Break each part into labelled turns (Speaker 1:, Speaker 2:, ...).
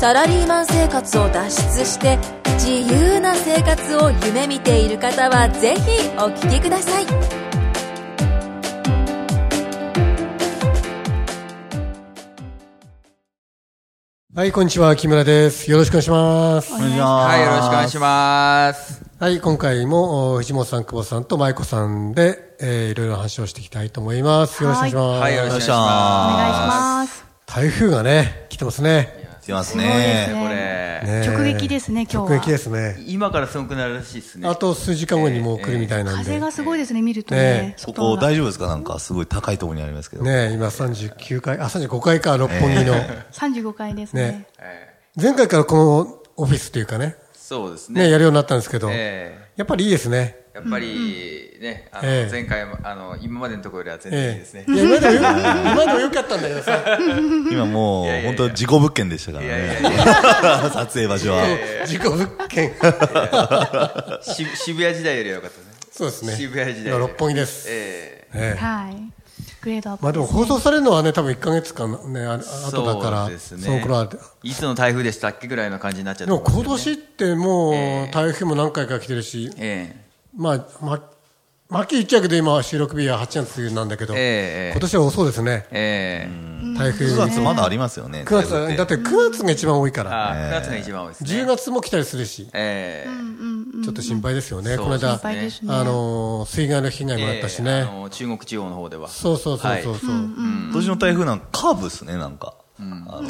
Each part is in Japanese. Speaker 1: サラリーマン生活を脱出して自由な生活を夢見ている方はぜひお聞きください
Speaker 2: はい、こんにちは、木村です。よろしくお願いします。
Speaker 3: 願いし
Speaker 4: はい、よろしくお願いします。
Speaker 2: はい、今回もお藤本さん、久保さんと舞子さんで、えー、いろいろ話をしていきたいと思います。よろしくお願いします。
Speaker 4: はい、よろしくお願いし
Speaker 3: お
Speaker 4: ま
Speaker 3: 願いします。
Speaker 2: 台風がね、来てますね。
Speaker 3: 来てます
Speaker 4: す。
Speaker 3: ね。
Speaker 4: これ、
Speaker 2: ね
Speaker 5: 直撃ですね今日は
Speaker 2: 直撃ですね。
Speaker 4: 今から寒くなるらしいですね。
Speaker 2: あと数時間後にもう来るみたいなんで。
Speaker 5: 風がすごいですね、見ると
Speaker 2: ね
Speaker 5: ね。
Speaker 3: こ
Speaker 5: 外
Speaker 3: こ
Speaker 5: が
Speaker 3: 大丈夫ですかなんかすごい高いところにありますけど。
Speaker 2: ね今39回、あ、35回か、六本木の。
Speaker 5: 35階ですね。
Speaker 2: ね
Speaker 4: え
Speaker 2: 前回からこのオフィスというかね、
Speaker 4: ーそうです
Speaker 2: ね、
Speaker 4: ね。
Speaker 2: やるようになったんですけど、や
Speaker 4: え
Speaker 2: っぱりいいですね。
Speaker 4: ーやっぱり、ね、あ
Speaker 2: ええ
Speaker 4: の、前回も、あの、今までのところよりは全然いい
Speaker 2: え
Speaker 4: です
Speaker 2: え
Speaker 4: ね。
Speaker 2: いや今でもよ、今でもよかったんだけど さ、
Speaker 3: 今もう
Speaker 4: いやいやいや
Speaker 3: 本当事故物件でしたから
Speaker 4: いやい
Speaker 3: ね。
Speaker 4: やいや、
Speaker 3: 撮影場所は。
Speaker 2: 事故物件。
Speaker 4: し渋谷時代よりは良かったね。
Speaker 2: そうですね。
Speaker 4: 渋谷時代
Speaker 2: 今六本木です。
Speaker 4: え
Speaker 2: ええ
Speaker 5: はい。グレードアップ
Speaker 2: まあでも放送されるのはね、多分1ヶ月間ね、あ
Speaker 4: ー
Speaker 2: 後だから、
Speaker 4: そう
Speaker 2: そ
Speaker 4: です
Speaker 2: の
Speaker 4: ね
Speaker 2: 頃は。で。
Speaker 4: いつの台風でしたっけぐらいの感じになっちゃって
Speaker 2: も
Speaker 4: ますよ
Speaker 2: 今
Speaker 4: ね
Speaker 2: 年ってもう台風も何回か来てるし、
Speaker 4: え
Speaker 2: まあ、ま、巻き一着で今収録日は8月なんだけど、
Speaker 4: えええ
Speaker 2: 今年は遅いですね
Speaker 4: え、ええ
Speaker 2: 台風。
Speaker 3: 9
Speaker 2: 9
Speaker 3: 月まだありますよね。
Speaker 2: 月
Speaker 3: だいぶ
Speaker 2: だって9月が一番多いから、
Speaker 4: あー、9月が一番多いですね。
Speaker 2: 10月も来たりするし、
Speaker 4: ええ
Speaker 2: ちょっと心配ですよね。
Speaker 4: そう
Speaker 2: この間
Speaker 5: 心、配ですね。
Speaker 2: あのー、水害の被害もあったし
Speaker 4: ええ
Speaker 2: ね
Speaker 4: あ。の中国地方の方では。
Speaker 2: そうそうそうそうそう。
Speaker 3: 今年の台風なんかカーブですね、なんか。あの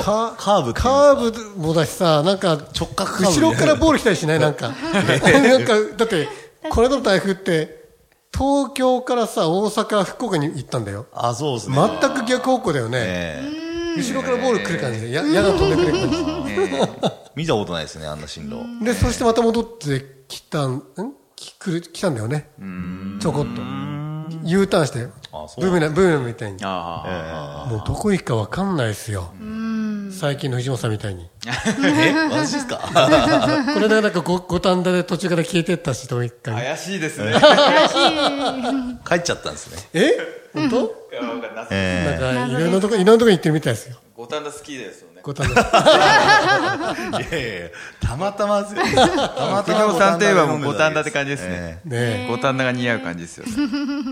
Speaker 2: カ
Speaker 3: カーブっていうんですか
Speaker 2: カーブもだしさ、なんか
Speaker 3: 直角カーブ
Speaker 2: 後ろからボール来たりしない、なんか、 なんかだって、これの台風って、東京からさ、大阪、福岡に行ったんだよ、
Speaker 3: あ、そうですね。
Speaker 2: 全く逆方向だよね、
Speaker 3: ええ
Speaker 2: 後ろからボール来る感じで、や矢が飛んでくる感
Speaker 3: 見たことないですね、あんな進路。
Speaker 2: じで、そしてまた戻ってきたん、んき来る来たんだよね、ちょこっと、U ターンして
Speaker 3: あ、そ
Speaker 2: ブ
Speaker 3: う
Speaker 2: ーメランブーメランみたいに、
Speaker 4: ああ、
Speaker 2: もうどこ行くか分かんないですよ、最近の藤本さんみたいに。
Speaker 3: え、私ですか
Speaker 2: これでなんかご五反田で途中から消えてったし、どう一回。
Speaker 4: 怪しいです ね。
Speaker 5: 怪しい。
Speaker 3: 帰っちゃったんですね。
Speaker 2: え本当
Speaker 3: え
Speaker 2: なんか、いろんなとこ、いろんなとこに行ってるみたいですよ。
Speaker 4: 五反田好きですよね。
Speaker 2: 五反田。
Speaker 3: えいやいやいやたまたまですよ。たま
Speaker 4: 不動産といえばもう五反田って
Speaker 3: じ。
Speaker 4: 感じですね。
Speaker 2: ね
Speaker 4: 五反田が似合う感じ ですよ。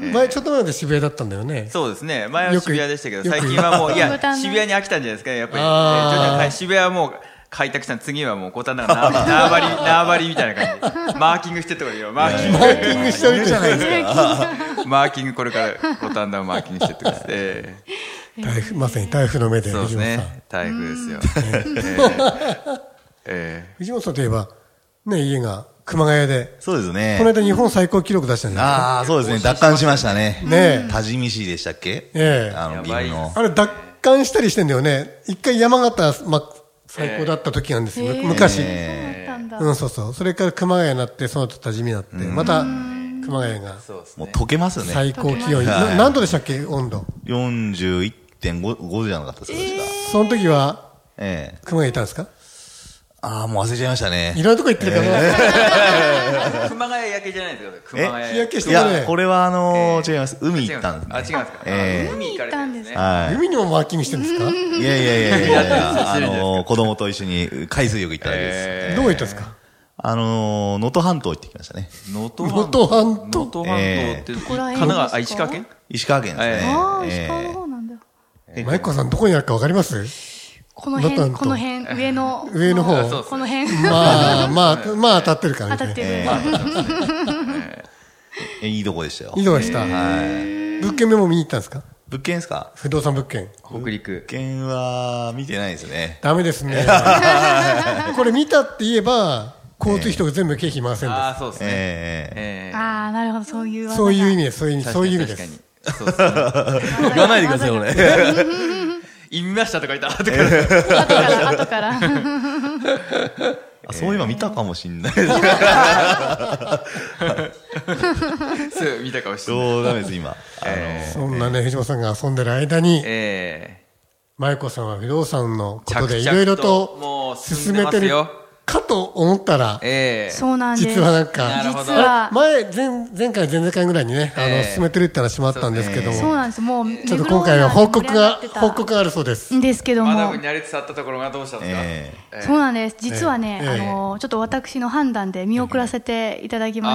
Speaker 2: え。前、ちょっと前まで渋谷だったんだよね。
Speaker 4: そうですね。前は
Speaker 2: よく
Speaker 4: 渋谷でしたけど、
Speaker 2: よく
Speaker 4: 最近はもう、いや
Speaker 5: 五反、田
Speaker 4: 渋谷に飽きたんじゃないですかね。やっぱり
Speaker 2: あー
Speaker 4: えー徐々に。渋谷はもう開拓したの次はもう五反田が 縄縄張り、縄張りみたいな感じ。マーキングしてってこいよ。マーキング。
Speaker 2: マーキングしてるじゃないですか。
Speaker 4: マーキングこれから五反田をマーキングしてってください。え
Speaker 2: 台風、まさに台風の目で、
Speaker 4: ーそうで
Speaker 2: 藤
Speaker 4: す
Speaker 2: 本さん。
Speaker 4: ね。台風ですよ。えーえ
Speaker 2: 藤本さんといえば、ね、家が熊谷で、
Speaker 3: そうですね。
Speaker 2: この間日本最高記録出したんじゃない
Speaker 3: ああ、そうですね。奪還しましたね。
Speaker 2: ねえ
Speaker 3: 多治見市でしたっけ
Speaker 2: ええ
Speaker 3: あ
Speaker 4: や
Speaker 3: の、ビ
Speaker 4: ばい
Speaker 3: ルの。
Speaker 2: あれ、奪還したりしてんだよね。一回山形、ま、最高だった時なんですよ。
Speaker 5: ええ
Speaker 2: 昔。
Speaker 5: そうだ
Speaker 3: え
Speaker 5: ったんだ。
Speaker 2: うん、そうそう。それから熊谷になって、その後多治見になって、また熊谷が
Speaker 4: ーそうです
Speaker 3: えもう
Speaker 4: ね。
Speaker 3: 溶けますね。
Speaker 2: 最高気温。
Speaker 3: い
Speaker 2: な何度でしたっけ温度。
Speaker 3: 41.5じゃなかったですか確か。
Speaker 2: その時は、
Speaker 3: ええ。
Speaker 2: 熊谷いたんですか
Speaker 3: ああ、もう忘れちゃいました
Speaker 2: い
Speaker 3: ね。
Speaker 2: ろんなとこ行ってるからな。
Speaker 4: 熊谷焼けじゃないですか。熊谷
Speaker 3: え
Speaker 2: 日焼けし
Speaker 3: い
Speaker 2: てた
Speaker 3: や、
Speaker 2: ね
Speaker 3: こ。れはあのー、
Speaker 4: ええ
Speaker 3: 違います。海行ったんですね。
Speaker 4: あ、違うんですか。
Speaker 3: ええ
Speaker 4: 海行かれたんですね。
Speaker 3: は
Speaker 2: 海にもマーキングしてるんですか
Speaker 3: い。いやいやいやいやいや、
Speaker 4: 失
Speaker 3: あ
Speaker 4: 礼です
Speaker 3: のー、子供と一緒に海水浴行っただけです。
Speaker 2: どこ行ったんですか
Speaker 3: あのー、能登半島行ってきましたね。
Speaker 4: 能登
Speaker 2: 能登半島
Speaker 4: 能登半島って、神
Speaker 5: こら
Speaker 4: 奈
Speaker 5: 辺
Speaker 4: 川、あ、
Speaker 5: です
Speaker 4: 石
Speaker 5: か
Speaker 4: 川県
Speaker 3: 石川県ですね。
Speaker 5: ああ、
Speaker 3: ええ
Speaker 5: 石川の方なんだ。
Speaker 2: マイコさんどこにあるかわかります
Speaker 5: この
Speaker 2: 能登半島
Speaker 5: 辺、この辺、上の。
Speaker 2: 上の方
Speaker 5: こ
Speaker 4: そう
Speaker 5: この 辺。
Speaker 2: まあ、まあ、まあ当たってるから
Speaker 5: 当
Speaker 2: みた
Speaker 5: た
Speaker 2: い
Speaker 5: っ
Speaker 2: な
Speaker 5: て。
Speaker 3: え
Speaker 5: る。
Speaker 3: えいいとこでしたよ
Speaker 2: いい。とこでした。物件メモ見に行ったんですか
Speaker 3: 物件ですか
Speaker 2: 不動産物件。
Speaker 4: 北陸
Speaker 3: 物。件は、見てないですね。
Speaker 2: ダメです ね。これ見たって言えば、交通費とか全部経費回せるん
Speaker 4: あ
Speaker 2: で
Speaker 4: あ、そうですね。
Speaker 3: ええ
Speaker 4: ええ
Speaker 5: ああ、なるほど、そういう
Speaker 2: す。
Speaker 5: 技
Speaker 2: そういう意
Speaker 5: が
Speaker 2: 味です。そういう意味、そういう意味です。
Speaker 4: す。確かにそうですね。
Speaker 3: 言わないでください、俺。
Speaker 4: 言いましたとか言った。
Speaker 5: 後から、後から。
Speaker 3: あそういえば見たかもしんない。
Speaker 4: そう見た顔して
Speaker 3: そうダメです、今。
Speaker 4: え
Speaker 2: そんなね、藤本さんが遊んでる間に
Speaker 4: ー、え
Speaker 2: 舞子さんは不動産のことでい
Speaker 4: 着々と
Speaker 2: ろいろ
Speaker 4: も
Speaker 2: と
Speaker 4: う進
Speaker 2: 進
Speaker 4: んで
Speaker 2: め
Speaker 4: ま
Speaker 2: て
Speaker 4: す
Speaker 2: る
Speaker 4: よ
Speaker 2: かと思ったら
Speaker 4: ー、えー、
Speaker 5: そうなんです。
Speaker 2: 実はなんか
Speaker 4: なるほど
Speaker 5: 実は、
Speaker 2: 前、前前回、前々回ぐらいにね、あ
Speaker 4: え
Speaker 2: の、
Speaker 4: え
Speaker 2: 進めてるって話もあったんですけど
Speaker 5: そう
Speaker 2: も、
Speaker 5: なんです。もう、
Speaker 2: ちょっと今回は報告が、報告があるそうです。
Speaker 5: んですけども
Speaker 4: マ、ダムに慣れて去ったところがどうしたんですか、
Speaker 3: え
Speaker 4: えー
Speaker 5: そうなんです。実はね、
Speaker 2: ええ
Speaker 5: あのちょっと私の判断で見送らせていただきま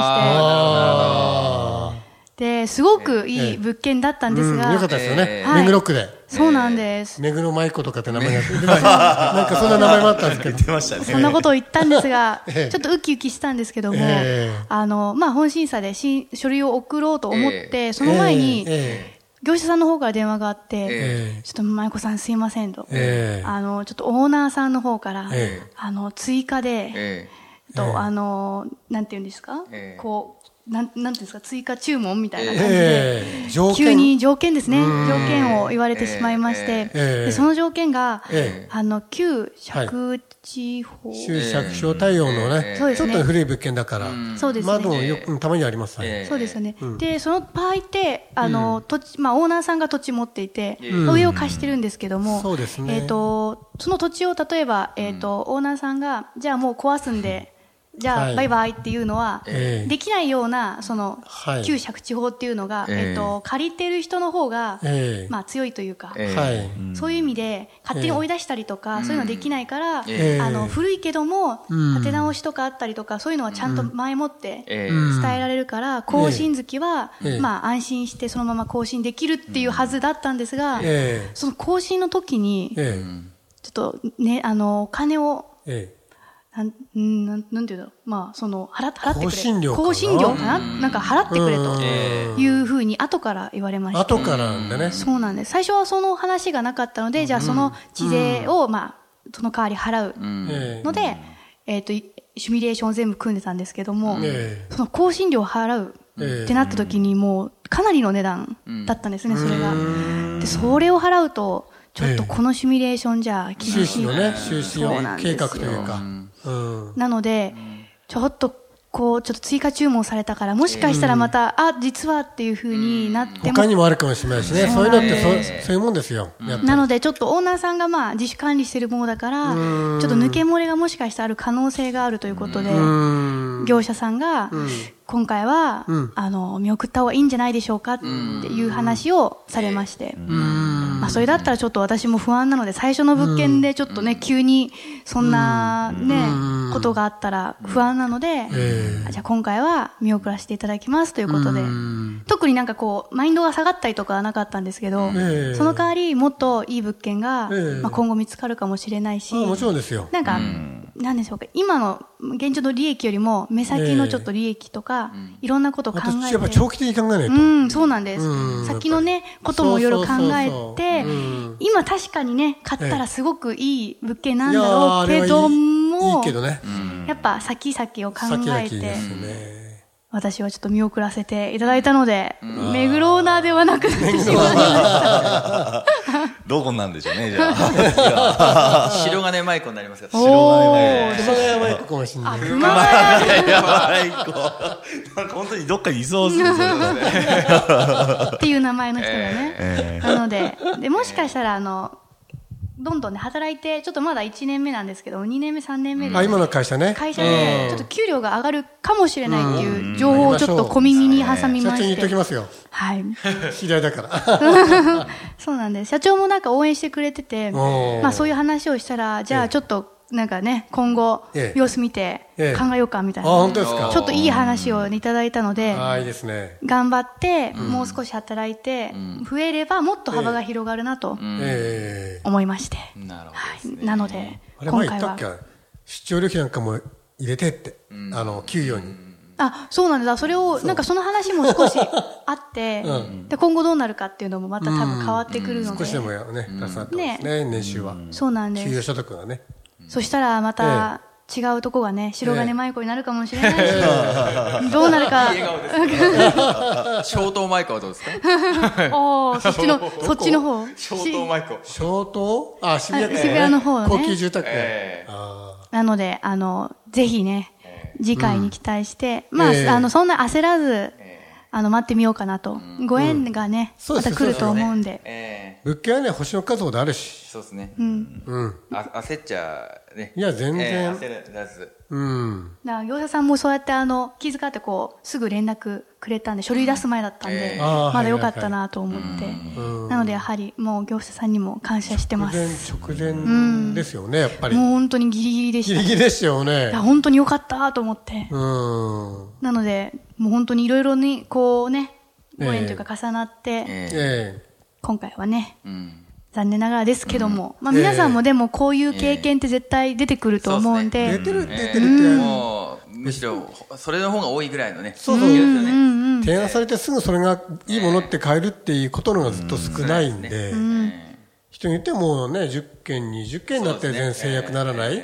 Speaker 2: あ
Speaker 5: して、で、すごく
Speaker 2: え
Speaker 5: い
Speaker 2: え
Speaker 5: い物件だった
Speaker 2: あ、
Speaker 5: ん
Speaker 2: う
Speaker 5: です
Speaker 2: ん、
Speaker 5: が、
Speaker 2: よかったですよ
Speaker 4: え
Speaker 2: ね。
Speaker 5: え
Speaker 2: 目黒区で。
Speaker 5: そうなんです。
Speaker 2: 目黒舞子とかって名前が出てましたなんかそんな名前もあったんですけど
Speaker 3: 出。 ましたね。
Speaker 5: そんなことを言ったんですが、
Speaker 2: ええ
Speaker 5: ちょっとウキウキしたんですけども、
Speaker 2: ええ
Speaker 5: あの、まあ、本審査でし書類を送ろうと思って、
Speaker 4: え
Speaker 5: その前に、
Speaker 2: え
Speaker 5: 業者さんの方から電話があって、
Speaker 2: ええ
Speaker 5: ちょっと舞子さんすいませんと、
Speaker 2: ええ
Speaker 5: あの、ちょっとオーナーさんの方から、
Speaker 2: ええ
Speaker 5: あの、追加で、
Speaker 4: え
Speaker 5: と、あの、なんて言うんですか、
Speaker 4: ええ
Speaker 5: こう、なん、なんていうんですか、追加注文みたいな
Speaker 2: え
Speaker 5: 感じで。
Speaker 2: ええ条
Speaker 5: 急
Speaker 2: 件
Speaker 5: に条件ですね。条件を言われてしまいまして。
Speaker 2: ええええ
Speaker 5: でその条件が、
Speaker 2: ええ
Speaker 5: あの、旧借地法、
Speaker 2: 就釈小対応のね、
Speaker 5: え
Speaker 2: ち
Speaker 5: そ
Speaker 2: ょ
Speaker 5: う
Speaker 2: っ
Speaker 5: ですね
Speaker 2: と古い物件だから、
Speaker 5: そうですね
Speaker 2: 窓をよく、うんたまにはあります、はい
Speaker 4: え
Speaker 5: そうですよね。で、その場合って、あの、土地、まあ、オーナーさんが土地持っていて、
Speaker 2: ん
Speaker 5: 上を貸してるんですけども、
Speaker 2: そうですね
Speaker 5: えっ、と、その土地を例えば、えっ、と、オーナーさんが、じゃあもう壊すんで、じゃ
Speaker 2: は
Speaker 5: あ
Speaker 2: い
Speaker 5: バイバイっていうのは、
Speaker 2: ええ
Speaker 5: できないような、その、
Speaker 2: はい
Speaker 5: 旧借地法っていうのが、
Speaker 4: ええ
Speaker 5: えっ、と、借りてる人の方が、
Speaker 2: ええ
Speaker 5: まあ、強いというか、
Speaker 4: ええ
Speaker 2: はい。
Speaker 5: そういう意味で、勝手に追い出したりとか、そういうのできないから、
Speaker 2: ええ
Speaker 5: あの、古いけども、
Speaker 2: ん
Speaker 5: 建て直しとかあったりとか、そういうのはちゃんと前もって、
Speaker 4: え
Speaker 2: うん
Speaker 5: 伝えられるから、更新月は、
Speaker 2: ええ
Speaker 5: まあ安心してそのまま更新できるっていうはずだったんですが、
Speaker 2: え
Speaker 5: その更新の時に
Speaker 2: え、え
Speaker 5: ちょっとね、あの、お金を、
Speaker 2: ええ
Speaker 5: なん、うんなんなんていうんだろう、まあ、その、払っ払ってくれ。
Speaker 2: 更新料かな
Speaker 5: 更新料かななんか払ってくれ
Speaker 2: うん
Speaker 5: というふうに後から言われま
Speaker 2: え
Speaker 5: した。
Speaker 2: 後からなんでね。
Speaker 5: そうなんです。最初はその話がなかったので、じゃあその地税を、まあ、その代わり払う
Speaker 2: ええ
Speaker 5: ので、えっ、と、いシミュレーションを全部組んでたんですけども、
Speaker 2: え
Speaker 5: その更新料を払う
Speaker 2: ええ
Speaker 5: ってなった時にもうかなりの値段だったんですね、それが。で、それを払うと、ちょっとこのシミュレーションじゃ
Speaker 2: 収
Speaker 5: 厳し
Speaker 2: 支
Speaker 5: い。
Speaker 2: のね、収支
Speaker 5: そうなんです
Speaker 2: 計画
Speaker 5: よ
Speaker 2: というか。うん。
Speaker 5: なので、ちょっと、こう、ちょっと追加注文されたから、もしかしたらまた、あ、実はっていうふうになっても
Speaker 2: 他にもあるかもしれないしね。
Speaker 5: そ
Speaker 2: そううい
Speaker 5: な
Speaker 2: うんのっ
Speaker 5: です
Speaker 2: てそう、そういうもんですよ。やっぱり
Speaker 5: なので、ちょっとオーナーさんがまあ自主管理してるものだから、ちょっと抜け漏れがもしかしたらある可能性があるということで、
Speaker 2: うん。
Speaker 5: 業者さんが、今回は、あの、見送った方がいいんじゃないでしょうかっていう話をされまして、まあ、それだったらちょっと私も不安なので、最初の物件でちょっとね、急にそんなね、ことがあったら不安なので、
Speaker 2: え
Speaker 5: あじゃあ今回は見送らせていただきますということで、特になんかこう、マインドが下がったりとかはなかったんですけど、
Speaker 2: ええ
Speaker 5: その代わりもっといい物件が、
Speaker 2: ええ
Speaker 5: まあ、今後見つかるかもしれないし、
Speaker 2: えあもちろんですよ。
Speaker 5: なんか、なんでしょうか、今の現状の利益よりも、目先のちょっと利益とか、いろんなことを考
Speaker 2: 私、
Speaker 5: え
Speaker 2: やっぱ
Speaker 5: て。
Speaker 2: 長期的に考えないと
Speaker 5: う。ん、そうなんです。
Speaker 2: うん
Speaker 5: 先のね、こともいろいろ考え
Speaker 2: そうそうそう
Speaker 5: て
Speaker 2: そううん、
Speaker 5: 今確かにね、買ったらすごくいい物件なんだ
Speaker 2: や
Speaker 5: ろ
Speaker 2: あ
Speaker 5: う
Speaker 2: れは
Speaker 5: け
Speaker 2: いい
Speaker 5: ど
Speaker 2: い
Speaker 5: も、
Speaker 2: いけどね。
Speaker 5: やっぱ先々を考
Speaker 2: 先々で
Speaker 5: え
Speaker 2: す
Speaker 5: て、
Speaker 2: ね。
Speaker 5: 私はちょっと見送らせていただいたので、目黒オーナーではなくなってしまいま
Speaker 3: どこなんでしょうね、じ ゃあ。
Speaker 4: ー、白金舞子になりますから
Speaker 5: おー
Speaker 2: それはマイクかもしれない。
Speaker 5: 熊谷
Speaker 3: 笑い子。なんか本当にどっかにいそうですね。それ はね
Speaker 5: っていう名前の人がね。
Speaker 3: え
Speaker 5: なので、で、もしかしたら、あの、どんどんね、働いて、ちょっとまだ1年目なんですけど、2年目、3年目で、
Speaker 2: あ、今の会社ね。
Speaker 5: 会社で、ちょっと給料が上がるかもしれないっていう情報をちょっと
Speaker 2: うん
Speaker 5: 小耳に挟み
Speaker 2: 社長に
Speaker 5: まし
Speaker 2: 言っとき
Speaker 5: て。
Speaker 2: ますよ。
Speaker 5: はい。
Speaker 2: 知り合いだ から。
Speaker 5: そうなんです。社長もなんか応援してくれてて、
Speaker 2: おー
Speaker 5: まあそういう話をしたら、じゃ
Speaker 2: え
Speaker 5: あ
Speaker 2: え
Speaker 5: ちょっと、なんかね、今後
Speaker 2: え、え
Speaker 5: 様子見て
Speaker 2: ええ
Speaker 5: 考えようかみた
Speaker 2: あ、
Speaker 5: いな
Speaker 2: 本。当ですか。
Speaker 5: ちょっといい話をいただいたので、
Speaker 2: ああ、いいですね。
Speaker 5: 頑張って、もう少し働いて、増えればもっと幅が広がるなと
Speaker 2: ええ。
Speaker 5: 思いまして。
Speaker 4: なるほ
Speaker 5: はいなので、
Speaker 2: あれ、
Speaker 5: 今
Speaker 2: 前言っ
Speaker 5: 回
Speaker 2: たっ
Speaker 5: は
Speaker 2: け。出張旅費なんかも入れてって。あの、給与に。
Speaker 5: あ、そうなんだ。それを、なんかその話も少しあって、 で、今後どうなるかっていうのもまた多分変わってくるの
Speaker 2: 少しでも
Speaker 5: で。
Speaker 2: やね、出さってますね、年収は。
Speaker 5: そうなん
Speaker 2: 給与
Speaker 5: です。
Speaker 2: 所得がね。
Speaker 5: そしたらまた違うとこがね、白金舞子になるかもしれないし、 どうなるか、
Speaker 4: ど。ショート舞子はどうですか
Speaker 5: おおそっちの、そっちの方。
Speaker 4: ショート
Speaker 5: し
Speaker 4: 舞子。
Speaker 2: 消灯あ、渋谷
Speaker 5: はい渋谷の方ね
Speaker 2: 高級住宅
Speaker 4: え
Speaker 2: 街。
Speaker 4: え
Speaker 2: あ
Speaker 5: なので、あの、ぜひね、次回に期待して、ま
Speaker 2: ええ
Speaker 5: あ、あの、そんな焦らず、あの、待ってみようかなと。ご縁がね、
Speaker 2: そう
Speaker 5: ま
Speaker 2: です
Speaker 5: た来ると思うん
Speaker 4: ね
Speaker 5: で。
Speaker 4: え
Speaker 2: 物件はね、星の数ほどあるし
Speaker 4: え。そうですね。
Speaker 5: うん。
Speaker 2: うん。
Speaker 4: あ焦っちゃね。
Speaker 2: いや全然
Speaker 4: ええ焦らず。
Speaker 2: うん。
Speaker 5: だから業者さんもそうやってあの、気遣ってこう、すぐ連絡くれたんで、書類出す前だったんで、
Speaker 4: ええ
Speaker 2: あー
Speaker 5: まだ良かったなと思って。なのでやはり、もう業者さんにも感謝してま
Speaker 2: 直前
Speaker 5: す。、
Speaker 2: 直前ですよね、やっぱり。
Speaker 5: もう本当にギリギリでし
Speaker 2: ギ
Speaker 5: た。
Speaker 2: リ
Speaker 5: い
Speaker 2: ギリですよね
Speaker 5: や、。本当に良かったと思って。
Speaker 2: うん。
Speaker 5: なので、もう本当にいろいろに、こうね、
Speaker 2: ええ
Speaker 5: ご縁というか重なって、
Speaker 4: ええ
Speaker 2: ええ。
Speaker 5: 今回はね、
Speaker 4: うん。
Speaker 5: 残念ながらですけども、まあ皆さんもでもこういう経験って絶対出てくると思うん
Speaker 4: え
Speaker 5: で、
Speaker 2: 出てる、
Speaker 4: え
Speaker 2: 出てるっ
Speaker 4: え
Speaker 2: て。
Speaker 4: もうむしろそれの方が多いぐらいのね。
Speaker 2: そうそう
Speaker 4: 勢いですよね
Speaker 2: 提案されてすぐそれがいいものって変えるっていうことの方がずっと少ないんで、
Speaker 4: え
Speaker 2: 人によってはもうね、10件、20件になって全然制約ならない、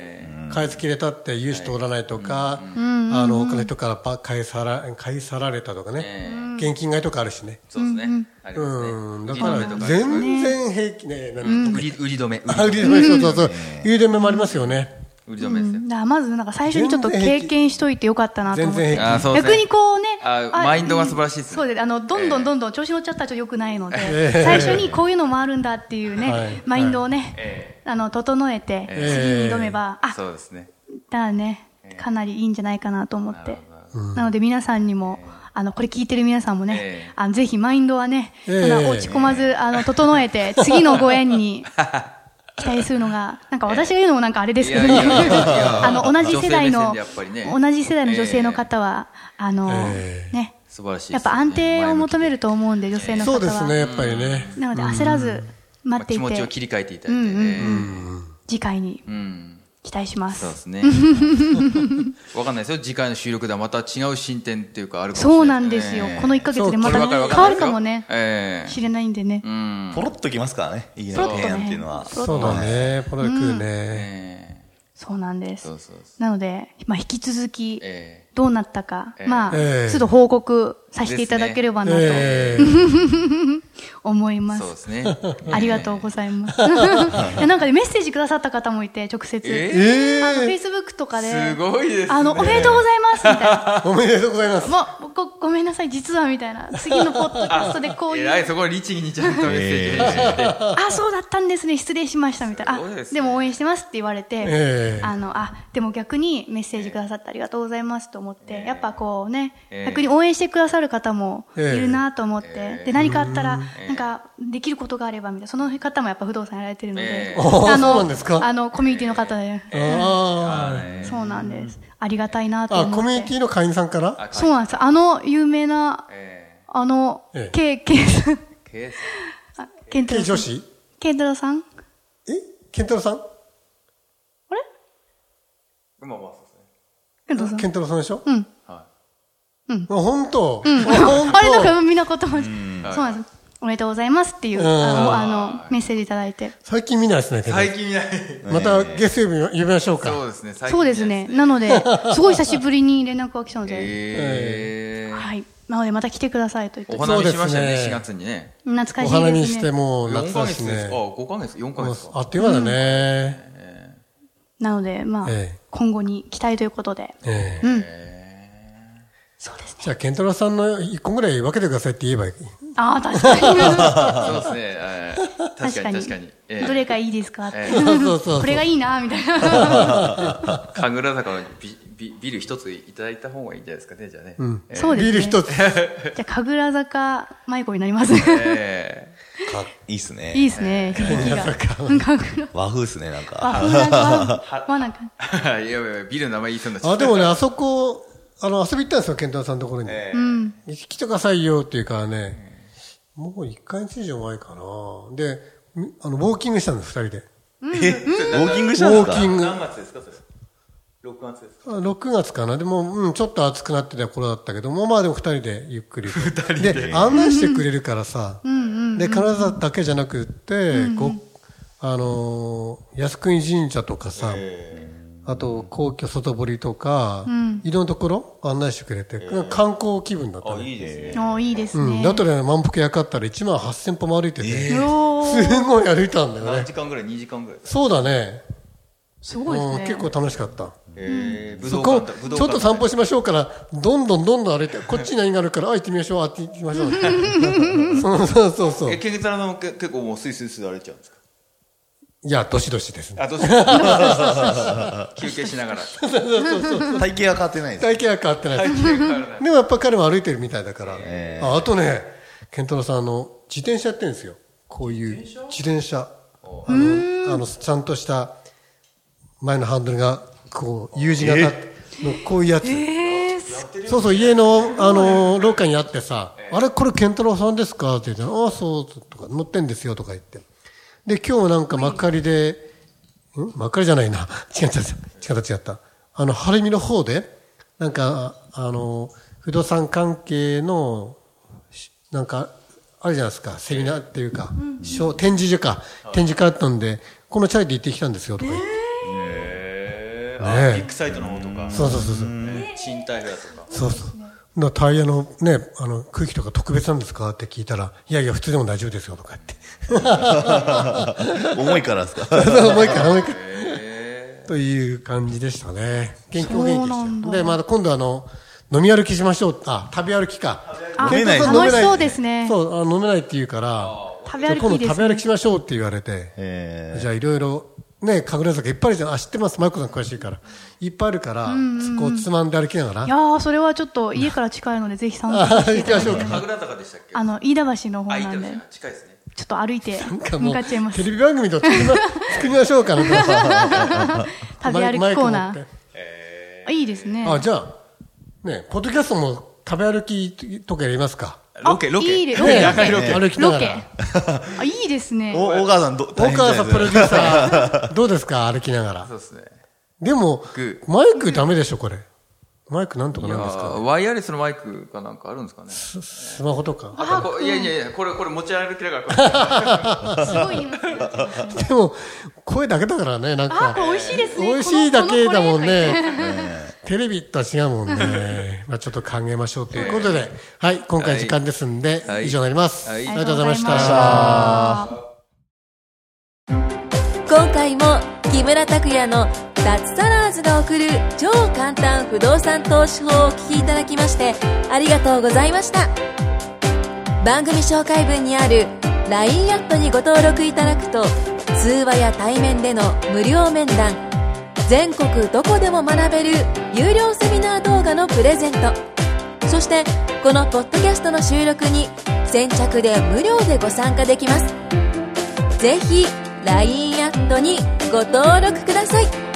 Speaker 2: 返す切れたって融資通らないとか、あの、お金とかば返さら、返さられたとかね、
Speaker 4: え
Speaker 2: 現金買いとかあるしね。
Speaker 4: そうですね。ありますね。
Speaker 2: うん、だ
Speaker 4: 売り
Speaker 2: か
Speaker 4: 止め
Speaker 2: ら
Speaker 4: とか
Speaker 2: 全然平気ね、なんか
Speaker 4: 売り売り止め。
Speaker 2: あ売り止め、そうそうそう、売り止めもありますよね。
Speaker 4: 売り止めですよ。
Speaker 5: だからまずなんか最初にちょっと経験しといてよかったなと思っ
Speaker 2: 全然
Speaker 5: て。
Speaker 2: 平
Speaker 4: あそうですね
Speaker 5: 逆にこうね、
Speaker 4: あマインドが素晴らしいですね
Speaker 5: そうです。あの、どんどんどんどん調子乗っちゃったらちょっと良くないので、最初にこういうのもあるんだっていうね、
Speaker 2: はい
Speaker 5: マインドをね、
Speaker 4: え
Speaker 5: あの、整えて、
Speaker 4: え
Speaker 2: え
Speaker 5: 次に挑めば、あ、
Speaker 4: そうですね。
Speaker 5: だからね、かなりいいんじゃないかなと思って
Speaker 4: なる。
Speaker 5: なので皆さんにも、あの、これ聞いてる皆さんもね、
Speaker 4: ええ
Speaker 5: あのぜひマインドはね、
Speaker 2: ええ
Speaker 5: まだ落ち込まず、あの、整えて、次のご縁に 期待するのが、なんか私が言うのもなんかあれですけど、
Speaker 4: いやいやいや
Speaker 5: あの、同じ世代の、
Speaker 4: 女性目線でやっぱりね
Speaker 5: 同じ世代の女性の方は、あの、
Speaker 2: え
Speaker 5: ね、
Speaker 4: 素晴らしいですね。
Speaker 5: やっぱ安定を求め
Speaker 4: る。
Speaker 5: ると思うんで、女性の
Speaker 2: そ
Speaker 5: 方は。
Speaker 2: うですね、やっぱりね。
Speaker 5: なので焦らず待
Speaker 4: ま
Speaker 5: っ
Speaker 4: あ
Speaker 5: てい
Speaker 4: 気
Speaker 5: て、
Speaker 4: 持ちを切り替えていただいて。
Speaker 5: うんうん
Speaker 4: ええ
Speaker 5: 次回に
Speaker 4: うん。
Speaker 5: 期待しま。
Speaker 4: そうですす ね。わかんないですよ。次回の収録ではまた違う進展っていうかあるかもしれない。
Speaker 5: そうなんですよ。この1ヶ月でまた
Speaker 2: そう
Speaker 5: 変
Speaker 2: これわかるわかる
Speaker 5: わるかもね。
Speaker 4: ええ
Speaker 5: 知れないんでね。
Speaker 4: うん。
Speaker 3: ポロッときますからね、いきな
Speaker 5: ポ
Speaker 3: り
Speaker 5: ロッとね
Speaker 3: 提案っていうのは。
Speaker 5: ポロッと
Speaker 2: そうだね、これ来るね。
Speaker 4: ええ
Speaker 5: そうなんです。
Speaker 4: そうそうそう。
Speaker 5: なので、まあ、引き続き、
Speaker 4: え
Speaker 5: どうなったか、
Speaker 4: ええ
Speaker 5: まあ、
Speaker 2: ええ
Speaker 5: ちょっと報告させていただければなと
Speaker 2: え え
Speaker 5: 思い
Speaker 4: え
Speaker 5: ま。
Speaker 4: そうですすね。
Speaker 5: ありがとうございます。 いやなんかね、メッセージくださった方もいて、直接。
Speaker 4: え
Speaker 2: え
Speaker 5: あの、
Speaker 2: え
Speaker 5: Facebook とかで、
Speaker 4: すごいですね。
Speaker 5: あの、おめでとうございます、みたいな。
Speaker 2: おめでとうございます。
Speaker 5: もうご、ごめんなさい、実は、みたいな。次のポッドキャストでこうい
Speaker 4: え
Speaker 5: う。
Speaker 4: らい、そこに律儀にちゃんとメッセージ返信 して。
Speaker 5: あ、そうだったんですね。失礼しました。みたいな。
Speaker 4: すごいで
Speaker 5: あ、
Speaker 4: すね
Speaker 5: でも応援してますって言われて、
Speaker 2: ええ
Speaker 5: あの、あ、でも逆にメッセージくださってありがとうございますと思って、やっぱこうね、
Speaker 4: ええ
Speaker 5: 逆に応援してくださる方もい
Speaker 2: ええ
Speaker 5: るなと思って、
Speaker 4: ええ
Speaker 5: で、何かあったら、
Speaker 4: え
Speaker 5: なんか、できることがあれば、みたいな。その方もやっぱ不動産やられてるので、
Speaker 4: ええ
Speaker 2: あ
Speaker 5: あの、
Speaker 2: そうなんですか
Speaker 5: あの、コミュニティの方で、
Speaker 2: あ
Speaker 4: あええ
Speaker 5: そうなんです。ありがたいなと
Speaker 2: あ。
Speaker 5: 思っ
Speaker 2: あ、
Speaker 5: て。
Speaker 2: コミュニティの会員さんから
Speaker 4: ィ
Speaker 5: そうなんです。あの、有名な、
Speaker 4: え
Speaker 5: あの
Speaker 2: ええ、
Speaker 5: ケイ、ケイさん、
Speaker 4: えケース
Speaker 5: あケント
Speaker 2: ケ
Speaker 5: ロ
Speaker 2: イ
Speaker 5: さ
Speaker 2: 女
Speaker 5: ん。
Speaker 2: 子
Speaker 5: ケントロさん
Speaker 2: えケンタロウさん
Speaker 5: あれ
Speaker 4: まあまあそうですね。
Speaker 5: ケントロさん
Speaker 2: ケンタロウさんでしょ
Speaker 5: うん。
Speaker 4: は
Speaker 2: 本当本当
Speaker 5: あれなんかみんなことそうなんです。おめでとうございますっていう、
Speaker 2: うん
Speaker 5: あの、あのメッセージいただいて。
Speaker 2: 最近見ないですね、
Speaker 4: い。
Speaker 2: テレビ
Speaker 4: 最近見ない。
Speaker 2: また月曜日呼びましょう
Speaker 4: そう
Speaker 2: か。
Speaker 4: ですね。最近
Speaker 5: そうですね。なので、すごい久しぶりに連絡が来たので、
Speaker 4: ええ
Speaker 5: はい。なので、また来てくださいと言って
Speaker 4: お、花見
Speaker 2: そうですね
Speaker 4: しましたよね、4月にね。
Speaker 5: 懐
Speaker 2: お
Speaker 5: かしい
Speaker 2: 花見
Speaker 5: です
Speaker 2: して
Speaker 5: ね。
Speaker 2: もう
Speaker 4: 4
Speaker 2: 夏
Speaker 4: ヶ
Speaker 2: だし
Speaker 4: 月です
Speaker 2: ね
Speaker 4: か。。あ、5ヶ月 ?4 ヶ月
Speaker 2: あ
Speaker 4: か。
Speaker 2: っという間だね。
Speaker 5: なので、まあ
Speaker 2: ええ、
Speaker 5: 今後に期待ということで。
Speaker 2: ええ
Speaker 5: うん。そうですね。
Speaker 2: じゃあ、ケンタロウさんの一個ぐらい分けてくださいって言えばいい。
Speaker 5: ああ、確か
Speaker 4: そうですねええ。
Speaker 5: に。
Speaker 4: 確かに確かに。ええ
Speaker 5: に。どれがいいですかっ て
Speaker 4: え。
Speaker 2: そうそうそう。
Speaker 5: これがいいな、みた いな。
Speaker 4: 神楽坂のビビビル一ついただいた方がいいんじゃないですかね、じゃあね。
Speaker 2: ん
Speaker 4: ええ
Speaker 5: そうですね。
Speaker 2: ビール一つ。
Speaker 5: じゃあ、神楽坂舞子にな ります。
Speaker 4: え
Speaker 3: かいいっすね。
Speaker 5: いいですね、響きが。神楽
Speaker 3: 和風っすね、なんか。
Speaker 5: 和 風なんか、和和なんか。
Speaker 4: え いやいやいや、ビルの名前言いそうになっちゃ
Speaker 2: あ、
Speaker 4: った。
Speaker 2: でもね、あそこ、あの、遊び行ったんですよ、ケンタロウさんのところに。
Speaker 4: え
Speaker 5: うん。
Speaker 2: 来てくださいよっていうからね、もう1ヶ月以上前かな。で、みあの、ウォーキングしたんです、2人で。
Speaker 3: え、ウォーキング
Speaker 2: ウ
Speaker 3: したんで
Speaker 2: ォ
Speaker 3: すか
Speaker 2: ーキング。あ
Speaker 4: 月ですか、それ。6月ですか。
Speaker 2: 6月かな。でも、うん、ちょっと暑くなってた頃だったけども、まあでも2人でゆっくり。2人で。案内してくれるからさ、で、金沢だけじゃなくって、ごあのー、靖国神社とかさ、あと、皇居外堀とか、いろんなところ案内してくれて、観光気分だった
Speaker 3: あ、
Speaker 2: ね。
Speaker 3: いいですね。
Speaker 5: おーいいです
Speaker 2: うん。
Speaker 5: ね。
Speaker 2: だとね、満腹屋買ったら1万8000歩も歩いてて、
Speaker 5: おー
Speaker 2: すごい歩いたんだよ
Speaker 4: 何
Speaker 2: ね。
Speaker 4: 時間ぐらい ?2 時間ぐらい。
Speaker 2: そうだね。
Speaker 5: すごいです
Speaker 2: うん
Speaker 5: ね
Speaker 2: 結構楽しかった
Speaker 4: えー武
Speaker 2: そ
Speaker 4: 道
Speaker 2: こ
Speaker 4: 館だ武道
Speaker 2: ちょっ
Speaker 4: 館
Speaker 2: と散歩しましょうからどんどんどんどん歩いてこっち何があるからあ行ってみましょうあ行ってみましょうそう そうそうそう
Speaker 4: え
Speaker 2: い
Speaker 4: ケンケンさんのけ結構もうスイスイスイ歩いちゃうんですか
Speaker 2: やどしどしですね
Speaker 4: あどうしよう 休憩しながら
Speaker 3: 体型は変わってない です。
Speaker 2: 体型は変わってないです でもやっぱ彼も歩いてるみたいだから、ああとね健太郎さんあの自転車やってるんですよこういう自転車あのあのちゃんとした前のハンドルがこう U 字型のこういうやつ、
Speaker 5: えー、す
Speaker 2: そうそう、家の、あの、廊下にあってさ、あれ、これ、健太郎さんですかって言って、ああ、そう、とか、乗ってんですよ、とか言って。で、今日なんか、幕張で、ん幕張じゃない な。違った、違った、違った。あの、晴海の方で、なんか、あの、不動産関係の、しなんか、あるじゃないですか、セミナーっていうか、ショー展示所か、展示会あったんで、このチャリで行ってきたんですよ、とか言って。
Speaker 4: えー
Speaker 2: ねえ
Speaker 4: あビッグサイトの方とか
Speaker 2: そうそうそうそう。
Speaker 4: ね賃貸部屋とか
Speaker 2: そうそう。だからタイヤのね、あの、空気とか特別なんですかって聞いたら、いやいや、普通でも大丈夫ですよとか言 って。
Speaker 3: 重いから ですか
Speaker 2: そうもう一回、もう一回。という感じでしたね。元気お元気
Speaker 5: そうなん
Speaker 2: でした
Speaker 5: だ
Speaker 2: よ。で、また今度あの、飲み歩きしましょう。あ、旅歩きか。
Speaker 5: あ
Speaker 3: 飲めない
Speaker 2: 健太さん
Speaker 5: 楽しそうですね
Speaker 2: そう、あ飲めないって言うから、
Speaker 5: 食べ歩
Speaker 2: 今
Speaker 5: きい
Speaker 2: 度
Speaker 5: いで
Speaker 2: 食
Speaker 5: す
Speaker 2: べ
Speaker 5: ね
Speaker 2: 歩きしましょうって言われて。
Speaker 3: え
Speaker 2: じゃあいろいろ、ね、神楽坂いっぱいあるじゃん。あ、知ってます。マイコさん詳しいから。いっぱいあるから、こうつまんで歩きながら。
Speaker 5: いやーそれはちょっと家から近いのでぜひ散歩
Speaker 2: あ行きましょうか。
Speaker 4: 神楽坂でしたっけ
Speaker 5: あの飯田橋の方
Speaker 4: あい
Speaker 5: な
Speaker 4: た
Speaker 5: ん
Speaker 4: ん
Speaker 5: で
Speaker 4: ですね近いですね
Speaker 5: ちょっと歩いて
Speaker 2: なんかも
Speaker 5: 向
Speaker 2: う
Speaker 5: かっちゃいます
Speaker 2: テレビ番組と作りま作りましょうかな。
Speaker 5: 食べ歩きコーナ
Speaker 2: マイク持っ
Speaker 5: ー
Speaker 2: て
Speaker 5: あいいですね
Speaker 2: あ、じゃあ、ね、ポッドキャストも食べ歩きとかやりますか。
Speaker 4: ロケロケ
Speaker 5: いいねロ
Speaker 2: ね
Speaker 5: ケ
Speaker 4: 野外ロケ
Speaker 2: 歩きな
Speaker 5: ロ
Speaker 2: が
Speaker 5: ケ
Speaker 2: ら。
Speaker 5: あいいです
Speaker 3: え
Speaker 5: ね
Speaker 3: お、大川さん、ど、大
Speaker 2: 大
Speaker 3: 変じゃ
Speaker 2: 川
Speaker 3: ない
Speaker 2: さん
Speaker 3: で
Speaker 2: プロ
Speaker 3: す
Speaker 2: デューサー、どうですか歩きながら
Speaker 4: そう。ですね
Speaker 2: でも
Speaker 4: グ、
Speaker 2: マイクダメでしょ、これ。マイクなんとか
Speaker 4: い
Speaker 2: な
Speaker 4: や
Speaker 2: んですか
Speaker 4: ーワイヤレスのマイクかなんかあるんですかね
Speaker 2: ススマホとか。
Speaker 4: あこいやいやいやこれこれ持ち歩きながらこれ
Speaker 5: すごいいいですね
Speaker 2: でも、声だけだからね、なんか
Speaker 5: あこ。れ美味しいですね
Speaker 2: 美味しいだけだもん
Speaker 5: このこのこれ
Speaker 2: ね。テレビとは違うもん ね。まあちょっと考えましょうということで、はい、今回時間ですんで、
Speaker 4: はい
Speaker 2: 以上になります。
Speaker 4: はい
Speaker 2: ありがとうございまし
Speaker 5: ありがとうございました
Speaker 2: た。
Speaker 1: 今回も木村拓哉の脱サラーズが送る超簡単不動産投資法をお聞きいただきましてありがとうございました番組紹介文にある LINE アットにご登録いただくと通話や対面での無料面談全国どこでも学べる有料セミナー動画のプレゼントそしてこのポッドキャストの収録に先着で無料でご参加できますぜひ LINE アットにご登録ください